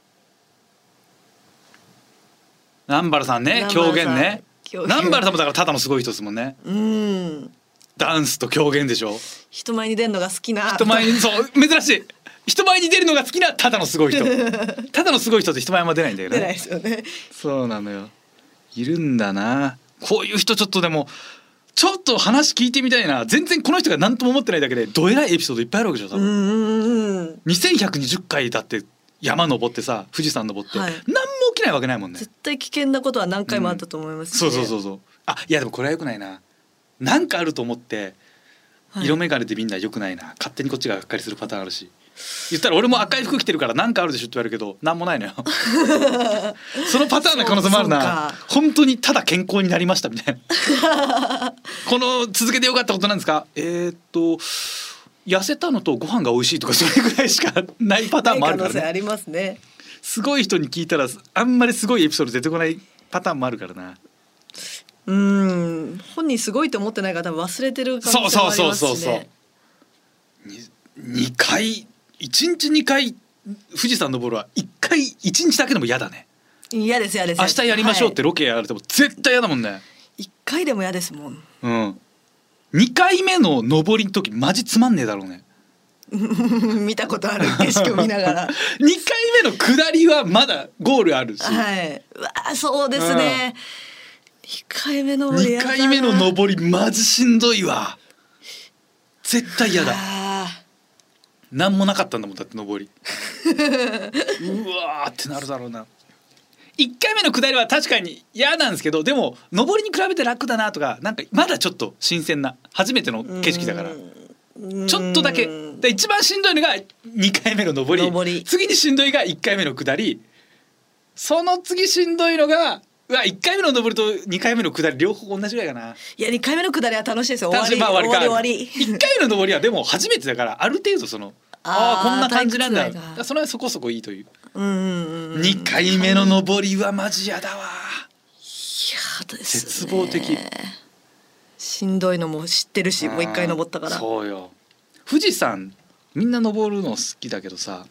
南原さんね南原さ狂ん言ね狂言南原さんもだからただのすごい人ですもんねーうんダンスと狂言でしょ人前に出るのが好きな人 [LAUGHS] 前にそう珍しい人前に出るのが好きなただのす [LAUGHS] ごい人ただのすごい人って人前も出ないんだよ出ないねですよねそうなのよいるんだなこういう人ちょっとでもちょっと話聞いてみたいな全然この人が何とも思ってないだけでどえらいエピソードいっぱいあるわけでしょ多うん分、うんうん2120回だって山登ってさ富士山登って、はい何も起きないわけないもんね絶対危険なことは何回もあったと思いますそうそうそううそうあいやでもこれはよくないななんかあると思って色眼鏡でみんな良くないな勝手にこっちががっかりするパターンあるし言ったら俺も赤い服着てるからなんかあるでしょって言われるけどなんもないの [LAUGHS] よそのパターンの可能性もあるなそう本当にただ健康になりましたみたいなこの続けて良かったことなんですかえーっと痩せたのとご飯が美味しいとかそれぐらいしかないパターンもあ可るか能ら性あねりますねすごい人に聞いたらあんまりすごいエピソード出てこないパターンもあるからなうん本人すごいと思ってない方は忘れてる可そ能う性そもうありそうますしそうねそう。に二回一日二回富士山登るは一回一日だけでも嫌だね。嫌です嫌です明日やりましょうってはいロケやられても絶対嫌だもんね。一、回でも嫌ですもん [LAUGHS] うん。二回目の登りの時マジつまんねえだろうね。見たことある景色を見ながら二回目の下りはまだゴールあるし、はいうわあそうですね、二回目の二回目の登りマジしんどいわ絶対嫌だあ何もなかったんだもんだって上りうわーってなるだろうな1回目の下りは確かに嫌なんですけどでも上りに比べて楽だなとかなんかまだちょっと新鮮な初めての景色だからちょっとだけで一番しんどいのが2回目の上り上り次にしんどいが1回目の下りその次しんどいのがうわ1回目の上りと2回目の下り両方同じぐらいかないや二回目の下りは楽しいですよ終わ楽しりいまあ終わりか終わり終わり1回目の上りはでも初めてだからある程度そのあああーこんな感じなんだ退屈だ具合がからそれはそこそこいいといううんうんうん2回目の上りはマジやだわいやですね絶望的しんどいのも知ってるしもう一回登ったからそうよ富士山みんな登るの好きだけどさ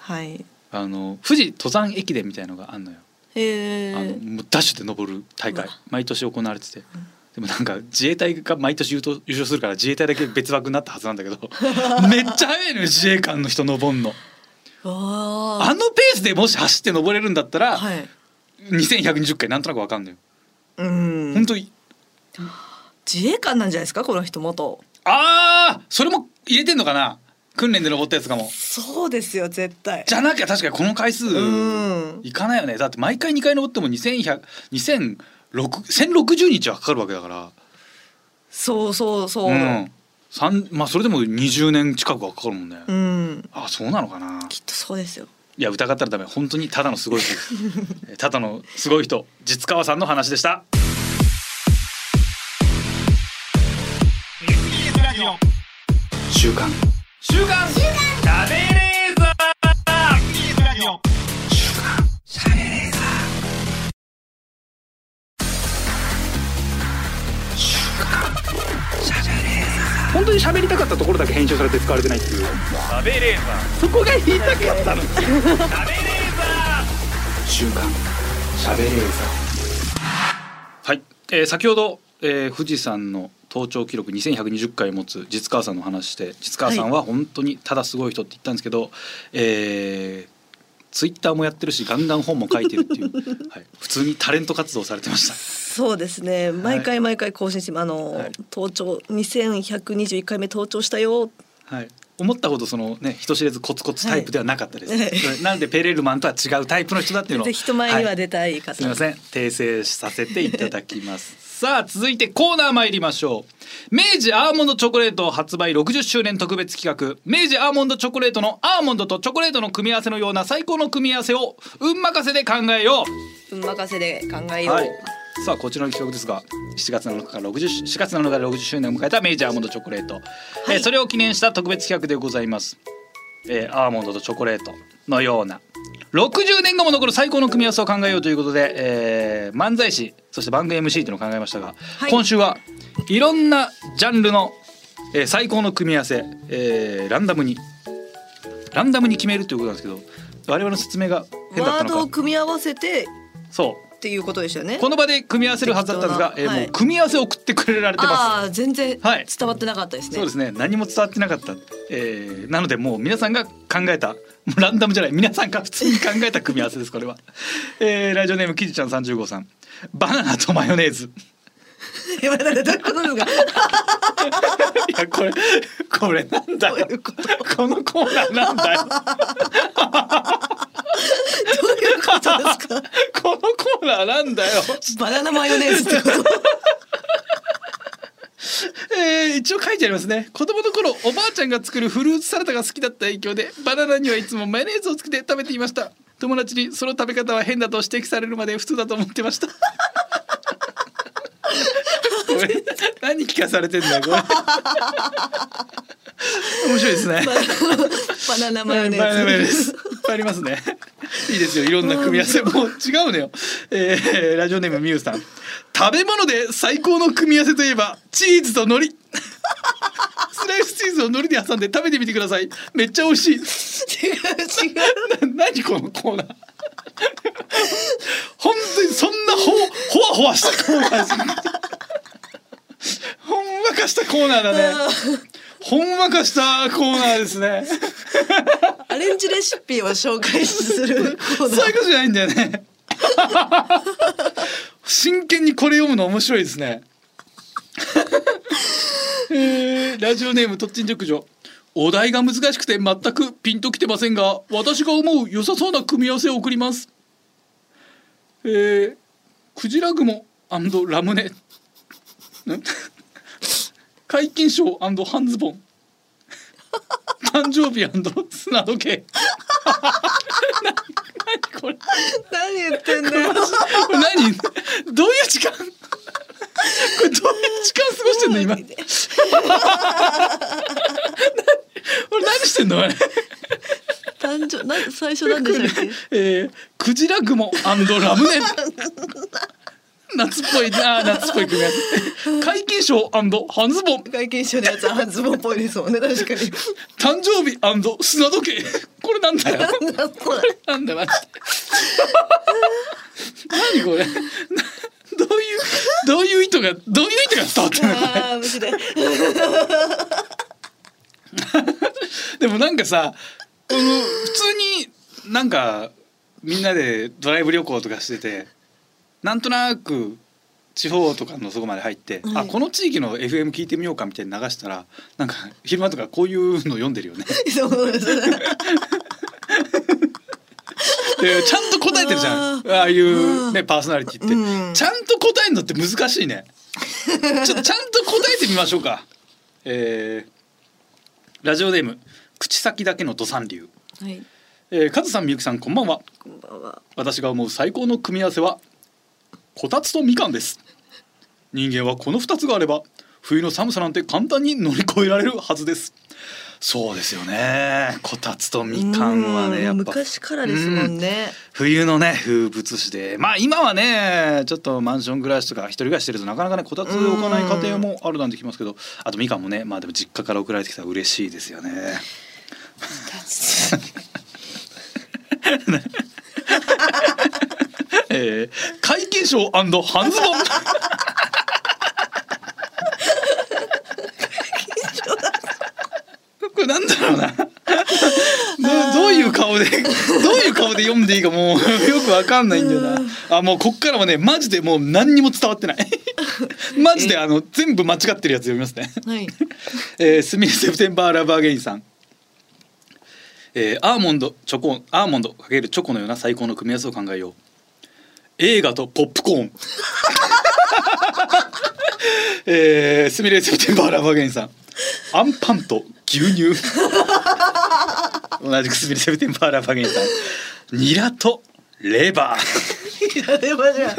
はいあの富士登山駅伝みたいのがあんのよ、へあのーもうダッシュで登る大会うわ毎年行われてて、でもなんか自衛隊が毎年優勝優勝するから自衛隊だけ別枠になったはずなんだけど [LAUGHS] めっちゃ早いのよ自衛官の人登んのわあのペースでもし走って登れるんだったあら、はい2120回なんとなくわかんのよ、うん本当に自衛官なんじゃないですかこの人元あーそれも入れてんのかな訓練で登ったやつかもそうですよ絶対じゃなきゃ確かにこの回数んいかないよねだって毎回2回登っても2100 2006 1060日はかかるわけだからそうそうそうう、ん三まあそれでも20年近くはかかるもんね、うん、あそうなのかなきっとそうですよいや疑ったらダメ本当にただのすごい人ですえただのすごい人実川さんの話でした TBS ラジオ週刊週刊週刊食べれーザ TBS ラジオ本当に喋りたかったところだけ編集されて使われてないっていう食べれーそこが言いたかったの食べれーさ週刊しゃべれーはい、えー先ほど、えー富士山の登頂記録2120回持つ実川さんの話して実川さんは本当にただすごい人って言ったんですけど、えーツイッターもやってるしガンガン本も書いてるっていう、はい、普通にタレント活動されてましたそうですね毎回毎回更新してあの、はい登頂2121回目登頂したよはい、思ったほどそのね人知れずコツコツタイプではなかったです、はなんでペレルマンとは違うタイプの人だっていうのをぜ [LAUGHS] ひ人前にははい出たい方、すみません訂正させていただきます [LAUGHS] さあ続いてコーナー参りましょう明治アーモンドチョコレート発売60周年特別企画明治アーモンドチョコレートのアーモンドとチョコレートの組み合わせのような最高の組み合わせを運任せで考えよう運任せで考えよう、はい、さあこちらの企画ですが7月7日から60 4月7日から60周年を迎えた明治アーモンドチョコレート、えーそれを記念した特別企画でございます、えーアーモンドとチョコレートのような60年後も残る最高の組み合わせを考えようということで、えー漫才師そして番組 MC というのを考えましたが、はい今週はいろんなジャンルの、えー最高の組み合わせ、えーランダムにランダムに決めるということなんですけど我々の説明が変だっワたードのをか組み合わせてそうっていうことでしたよねこの場で組み合わせるはずだったんですが、えー適当なはいもう組み合わせを送ってくれられてまああ全然はい伝わってなかったですす。ね、そうですね何も伝わってなかった、えーなのでもう皆さんが考えたもうランダムじゃない皆さんが普通に考えた組み合わせですこれは、えーラジオネームキジちゃん35さんバナナとマヨネー [LAUGHS] ズ [LAUGHS] 今なんかどういうことです [LAUGHS] かいやこれこれなんだどうよいうここのコーナーなん [LAUGHS] だよどういうことですかこのコーナーなんだよバナナマヨネーズっ [LAUGHS] てことえー一応書いてありますね子供の頃おばあちゃんが作るフルーツサラダが好きだった影響でバナナにはいつもマヨネーズをつけて食べていました友達にその食べ方は変だと指摘されるまで普通だと思ってました [LAUGHS] ごめん何聞かされてんだよこれ面白いですねバナナマヨネバナナマヨネーーズズいっぱいあり [LAUGHS] ますね。いいですよ。いろんな組み合わせもう違うのよ。えーラジオネームミュウさん。食べ物で最高の組み合わせといえばチーズと海苔。 [LAUGHS] スライスチーズを海苔で挟んで食べてみてください。めっちゃ美味しい。 [LAUGHS] 違う違うな何このコー [LAUGHS] ナー。本当にそんなほほわほわしたコー [LAUGHS] ナーじゃなくて。ほんわかしたコーナーだね。ほんわまかしたコーナーですねアレンジレシピを紹介するコーナそういうーことじゃないんだよね真剣にこれ読むの面白いですねえーラジオネームとっちん熟女お題が難しくて全くピンときてませんが私が思う良さそうな組み合わせを送りますえー、クジラ雲ラムネん解禁賞半ズボン誕生日砂時計な何これ何言ってんだよこれ何どういう時間これどういう時間過ごしてんの今な俺何してんのあれ誕生な最初なんでしたっけえー、クジラグモラムネ夏っぽいなあ夏っぽい組み合わせ解禁賞半ズボン外見書のやつは半ズボンっぽいですもんね確かに誕生日砂時計これなんだよなんだこれなんだマジで何これなどういうどういう意図がどういう意図が伝わってるのこれああ無視ででもなんかさ、うん普通になんかみんなでドライブ旅行とかしててなんとなく地方とかのそこまで入って、はあいこの地域の FM 聞いてみようかみたいに流したらなんか昼間とかこういうの読んでるよ [LAUGHS] ねそうですねでちゃんと答えてるじゃんああいう、ね、パーソナリティって、うんちゃんと答えるのって難しい [LAUGHS] ねちょちゃんと答えてみましょうか、えーラジオネーム口先だけの土産流はいえー、カズさんみゆきさんこんばんはこんばんは私が思う最高の組み合わせはこたつとみかんです人間はこの2つがあれば冬の寒さなんて簡単に乗り越えられるはずですそうですよねこたつとみかんはうねんやっぱ昔からですもんうんね冬のね風物詩でまあ今はねちょっとマンション暮らしとか一人暮らししてるとなかなかねこたつ置かない家庭もあるなんて聞きますけどあとみかんもねまあでも実家から送られてきたら嬉しいですよねえー、解禁賞半ズボンこれなんだろうな [LAUGHS] どどういう顔で [LAUGHS] どういう顔で読んでいいかもう [LAUGHS] よくわかんないんだよなあもうこっからはねマジでもう何にも伝わってない [LAUGHS] マジであの全部間違ってるやつ読みますねはいえー、スミレセプテンバーラバーゲインさん、えーアーモンドチョコアーモンドかけるチョコのような最高の組み合わせを考えよう映画とポップコーン [LAUGHS] えー、スミレセプテンバーラバーゲインさんアンパンと牛乳同じくスミレセプテンバーラバーゲインさんニラとレバーやればじゃ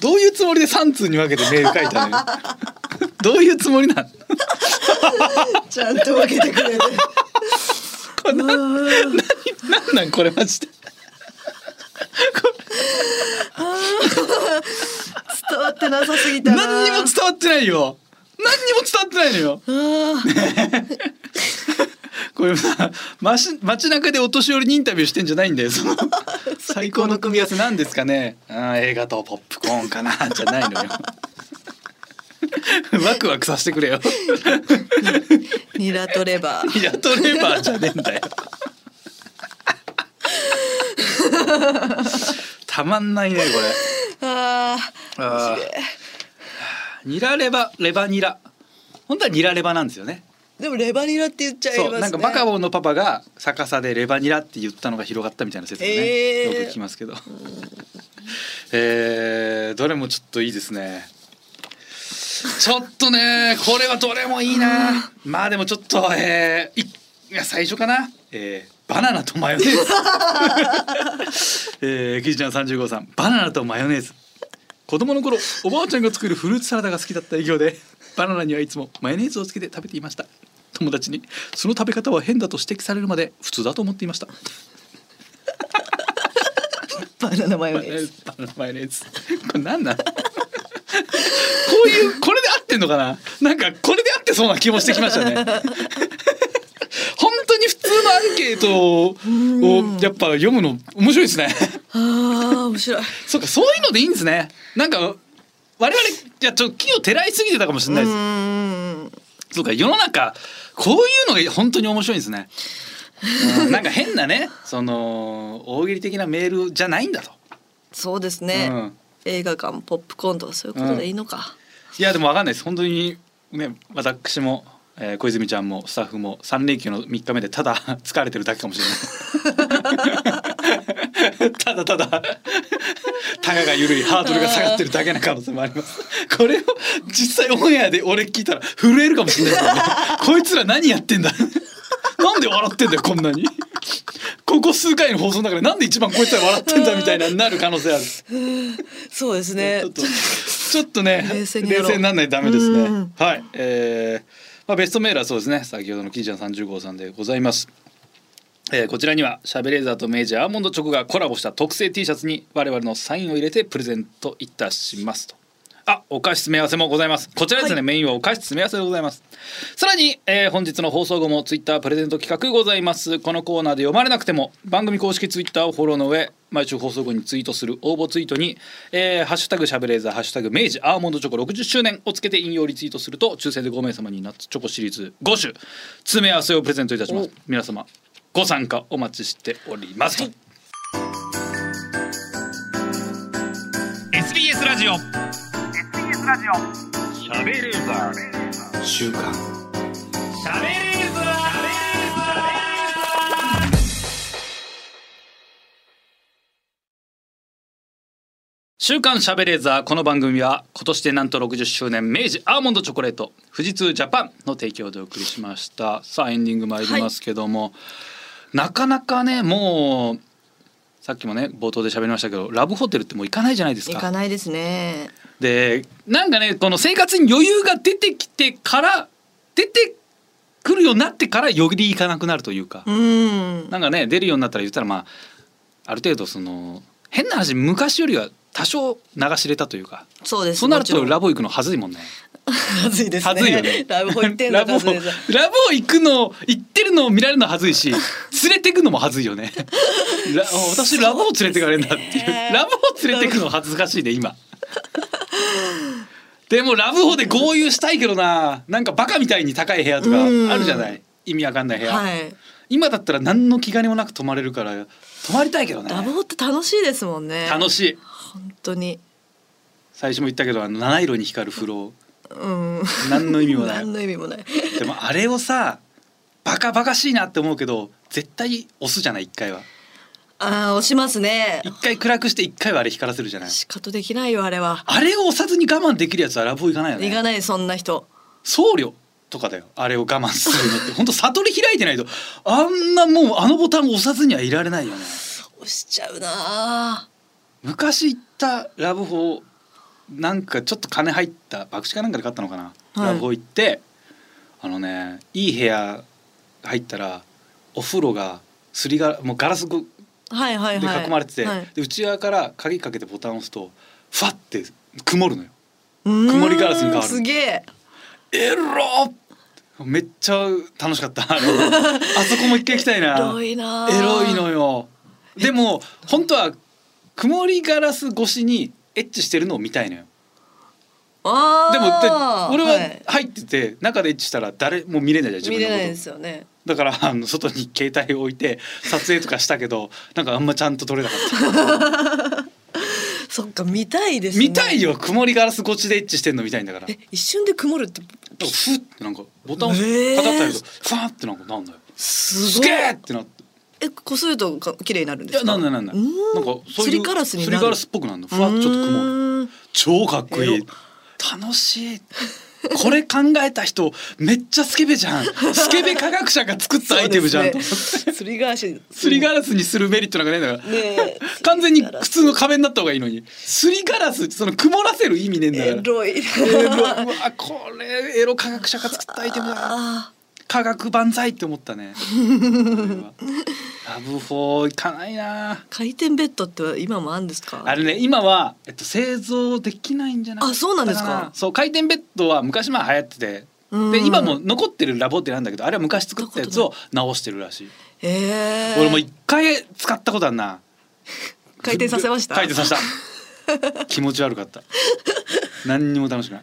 どういうつもりで3通に分けてメール書いたのよどういうつもりなん [LAUGHS] あちゃんと分けてくれてこれななんなんこれマジで伝わってなさすぎたな何にも伝わってないよ何にも伝わってないのよあーこれさまし街中でお年寄りにインタビューしてんじゃないんだよその最高の組み合わせなんですかねうん映画とポップコーンかなじゃないのよワクワクさせてくれよニラとレバーイラトレバーじゃねえんだよたまんないねこれああーニラレバレバニラ本当はニラレバなんですよねーでもレバニラって言っちゃいますそねうなんかバカボンのパパが逆さでレバニラって言ったのが広がったみたいな説がね、えーよく聞きますけど、えー、どれもちょっといいですねちょっとねこれはどれもいいなまあでもちょっとえー、いいや最初かな、えー、バナナとマヨネーズえー、キジちゃん35さんバナナとマヨネーズ子供の頃おばあちゃんが作るフルーツサラダが好きだった影響でバナナにはいつもマヨネーズをつけて食べていました友達にその食べ方は変だと指摘されるまで普通だと思っていましたバナナマヨマネヨネーーズズバナナマヨネーズこれなんなんこういうこれで合ってんのかななんかこれで合ってそうな気もしてきましたね本当に普通のアンケートをやっぱ読むの面白いですねああ面白いそうかそういうのでいいんですねなんか我々いやちょっと木を照らいすぎてたかもしれないですうーんそうか世の中こういうのが本当に面白いんですね。うんなんか変なねその大喜利的なメールじゃないんだと。そうですね、うん映画館ポップコーンとかそういうことでいいのか、いやでもわかんないです本当にね私も、えー小泉ちゃんもスタッフも3連休の3日目でただ [LAUGHS] 疲れてるだけかもしれない [LAUGHS] ただただたがが緩いハードルが下がってるだけな可能性もありますこれを実際オンエアで俺聞いたら震えるかもしれないからねこいつら何やってんだなんで笑ってんだよこんなにここ数回の放送の中でなんで一番こいつら笑ってんだみたいなになる可能性あるそうですねちょっとちょっとね冷冷静静にやろうにならないとダメですうねん。はい、えーまあベストメールはそうですね。先ほどのキーちゃん三十号さんでございます。えーこちらにはシャベレーザーと明治アーモンドチョコがコラボした特製 T シャツに我々のサインを入れてプレゼントいたしますと。あ、お菓子詰め合わせもございます。こちらですね、はいメインはお菓子詰め合わせでございます。さらに、えー本日の放送後もツイッタープレゼント企画ございます。このコーナーで読まれなくても番組公式ツイッターをフォローの上、毎週放送後にツイートする応募ツイートに、えーハッシュタグシャベレーザー、ハッシュタグ明治アーモンドチョコ60周年をつけて引用リツイートすると抽選で5名様にナッツチョコシリーズ5種詰め合わせをプレゼントいたします。皆様ご参加お待ちしております。 SBS ラジオ SBS ラジオしゃべれーザー週刊しゃべれーザ週刊シャベレーザーこの番組は今年でなんと60周年明治アーモンドチョコレート富士通ジャパンの提供でお送りしましたさあエンディング参りますけども、なかなかねもうさっきもね冒頭で喋りましたけどラブホテルってもう行かないじゃないです行かかないですねでなんかねこの生活に余裕が出てきてから出てくるようになってからより行かなくなるというか、うんなんかね出るようになったら言ったらまあある程度その変な話昔よりは多少流しれたというかそうですそうなるもちとろんラボ行くのはずいもんね。はずいですねはずいよね。ラブホ行ってんラのボかラずいボ行くの行ってるのを見られるのはずい [LAUGHS] し、連れてくのもはずいよね。ラ私ラボを連れてかれるんだっていう。 [LAUGHS] ラボを連れてくの恥ずかしいね今。でもラブホで合流したいけどな、なんかバカみたいに高い部屋とかあるじゃない。意味わかんない部屋。はい今だったら何の気兼ねもなく泊まれるから泊まりたいけどね。ラブホって楽しいですもんね楽しいしい。本当に最初も言ったけどあの七色に光る風呂うん何の意味もない何。の意味もないでもあれをさバカバカしいなって思うけど絶対押すじゃない一回はああ押しますね一回暗くして一回はあれ光らせるじゃない仕方できないよあれはあれを押さずに我慢できるやつはラブホ行かないよ行かねないそんな人僧侶とかだよあれを我慢するのって本当悟り開いてないとあんなもうあのボタンを押さずにはいられないよね押しちゃうな昔行ったラブホなんかちょっと金入った爆死かなんかで買ったのかな、はいラブホ行ってあのねいい部屋入ったらお風呂がすりがもうガラスごあはいはいではい囲まれてて、はいで内側から鍵かけてボタンを押すとファって曇るのよ。曇曇りガラスに変わるすげええろめっちゃ楽しか [LAUGHS] った。あのあそこも一回行きたいな。エロいなエロいのよ。でも本当は曇りガラス越しにエッチしてるのを見たいのよ。あーでもで俺ははい入ってて中でエッチしたら誰も見れないじゃん自見分のれこないでと。すよねだからあの外に携帯を置いて撮影とかしたけどなんかあんまちゃんと撮れなかった。そっか見たいですね見たいよ曇りガラス越しでエッチしてんの見たいんだから。え一瞬で曇るってなんかふってなんかボタンをえーパタッとやるとふわーってなんかなんだよ。すすごいげーってなって。えこするとか綺麗になるんいでやすなかんだなんだ。うーなんんかそうすいりうガラスになするりガラスっぽくなるの。ふわっちょっと曇る。うーん超かっこいエいロ。楽しい。これ考えた人めっちゃスケベじゃん。スケベ科学者が作ったアイテムじゃん。そうですねすりガラスすりガラスにするメリットなんかないんだから。ねえ完全に普通の壁になった方がいいのに。すりガラスその曇らせる意味ねえんだから。エロいエロうわこれエロ科学者が作ったアイテムだ。あ科学万歳って思った [LAUGHS] ね。これはラブホー行かないな。ー回転ベッドって今もあるんですかあれね今はえっと製造できないんじゃないあそうなんですかそう回転ベッドは昔まあ流行ってて。うんで今も残ってるラボってなんだけどあれは昔作ったやつを直してるらしい、えー、俺も一回使ったことあんな回転させました [LAUGHS] 回転させた気持ち悪かった何にも楽しくない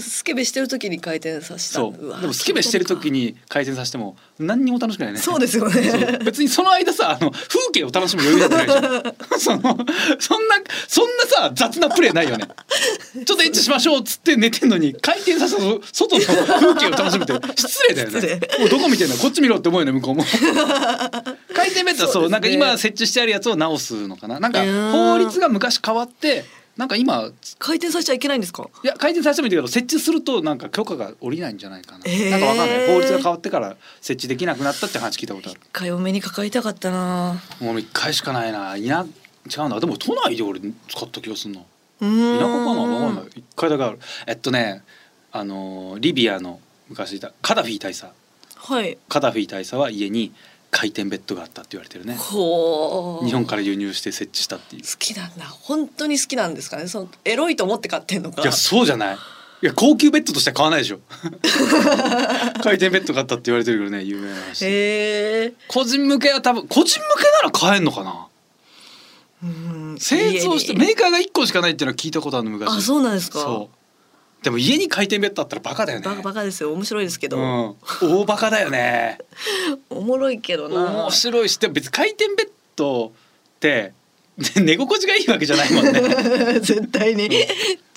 スケベしてる時に回転させたそうわでもスケベしてる時に回転させても何にも楽しくないねそうですよねそう別にその間さあの風景を楽しむ余裕なんて [LAUGHS] ないじゃんそのそんなそんなさ雑なプレーないよねちょっとエッチしましょうっつって寝てんのに回転させた外の風景を楽しむって失礼だよね失もうどこ見てんのこっち見ろって思うよね向 [LAUGHS] こうも回転ベッドはそうそうですねなんか今設置してあるやつを直すのかななんかうーん法律が昔変わってなんか今 [LAUGHS] 回転させちゃいけないんですかいや改善させてもいいけど設置するとなんか許可が下りないんじゃないかな、えーなんかわかんない法律が変わってから設置できなくなったって話聞いたことある一回お目にかかりたかったなもう一回しかないないな違うなでも都内で俺使った気がするなうー田ん舎かなわかんない一回だけあるえっとねあのーリビアの昔いたカダフィ大佐はいカダフィ大佐は家に回転ベッドがあったって言われてるねほう日本から輸入して設置したっていう好きなんだ本当に好きなんですかねそのエロいと思って買ってんのかいやそうじゃないいや高級ベッドとしては買わないでしょ回転ベッドがあったって言われてるけどね有名な話へえ個人向けは多分個人向けなら買えんのかなうん製造して家にメーカーが1個しかないっていうのは聞いたことあるの昔あそうなんですかそうでも家に回転ベッドあったらバカだよねバカバカですよ面白いですけど、うん、大バカだよねおもろいけどな面白いしでも別に回転ベッドってね寝心地がいいわけじゃないもん [LAUGHS] ね絶対に、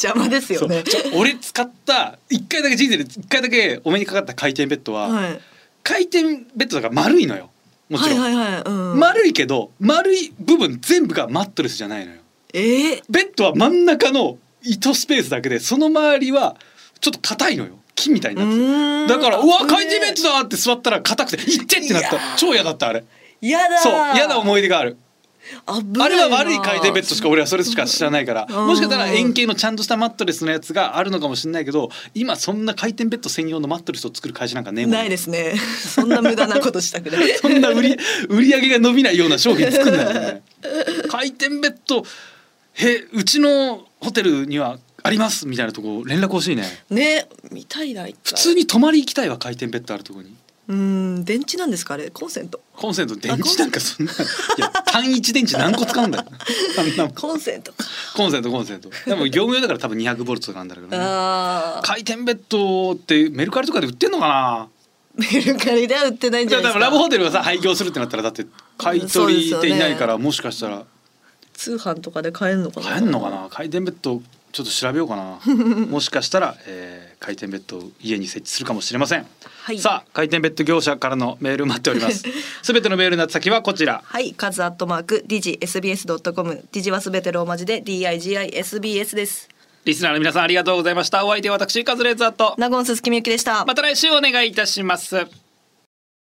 邪魔ですよねそうちょ俺使った1回だけ人生で1回だけお目にかかった回転ベッドは、はい回転ベッドだから丸いのよもちはろん、いはいはい、うん、丸いけど丸い部分全部がマットレスじゃないのよええベッドは真ん中の糸スペースだけでその周りはちょっと硬いのよ木みたいになっててーんだから「うわ回転ベッドドだ!」って座ったら硬くて「いって!」ってなっいたやー超嫌だったあれ嫌だそう嫌な思い出がある危なあいれなは悪い回転ベッドしか俺はそれしか知らないからうんもしかしたら円形のちゃんとしたマットレスのやつがあるのかもしれないけど今そんな回転ベッド専用のマットレスを作る会社なんかねえもんないですねそんな無駄なことしたくない [LAUGHS] そんな売 [LAUGHS] り売り上げが伸びないような商品作んないもんね。回転ベッドへうちのホテルにはありますみたいなとこ連絡欲しいね。ね見たいな普普通に泊まり行きたいわ回転ベッドあるとこに。うん電池なんですかあれコンセントコンセント電池なんかそんないや単一電池何個使うんだよ。あんなもんコンセントかコンセントコンセント。でも業務用だから多分200ボルトとかなんだろうけどね。あー回転ベッドってメルカリとかで売ってんのかな。メルカリでは売ってないんいじゃやなだかいですからラブホテルがさ廃業するってなったらだって買い取りっていないから、もしかしたら。通販とかで買えるのかな買えんのかな回転ベッドちょっと調べようか [LAUGHS] なもしかしたら、えー、回転ベッドを家に設置するかもしれません、はいさあ回転ベッド業者からのメール待っており [LAUGHS] ますすべてのメールの宛先はこちらはい、カズアットマーク、ディジ SBS.com、ディジはすべてローマ字で DIGISBS です。リスナーの皆さんありがとうございましたお相手は私カズレーザーとナゴンススキミユキでした。また来週お願いいたします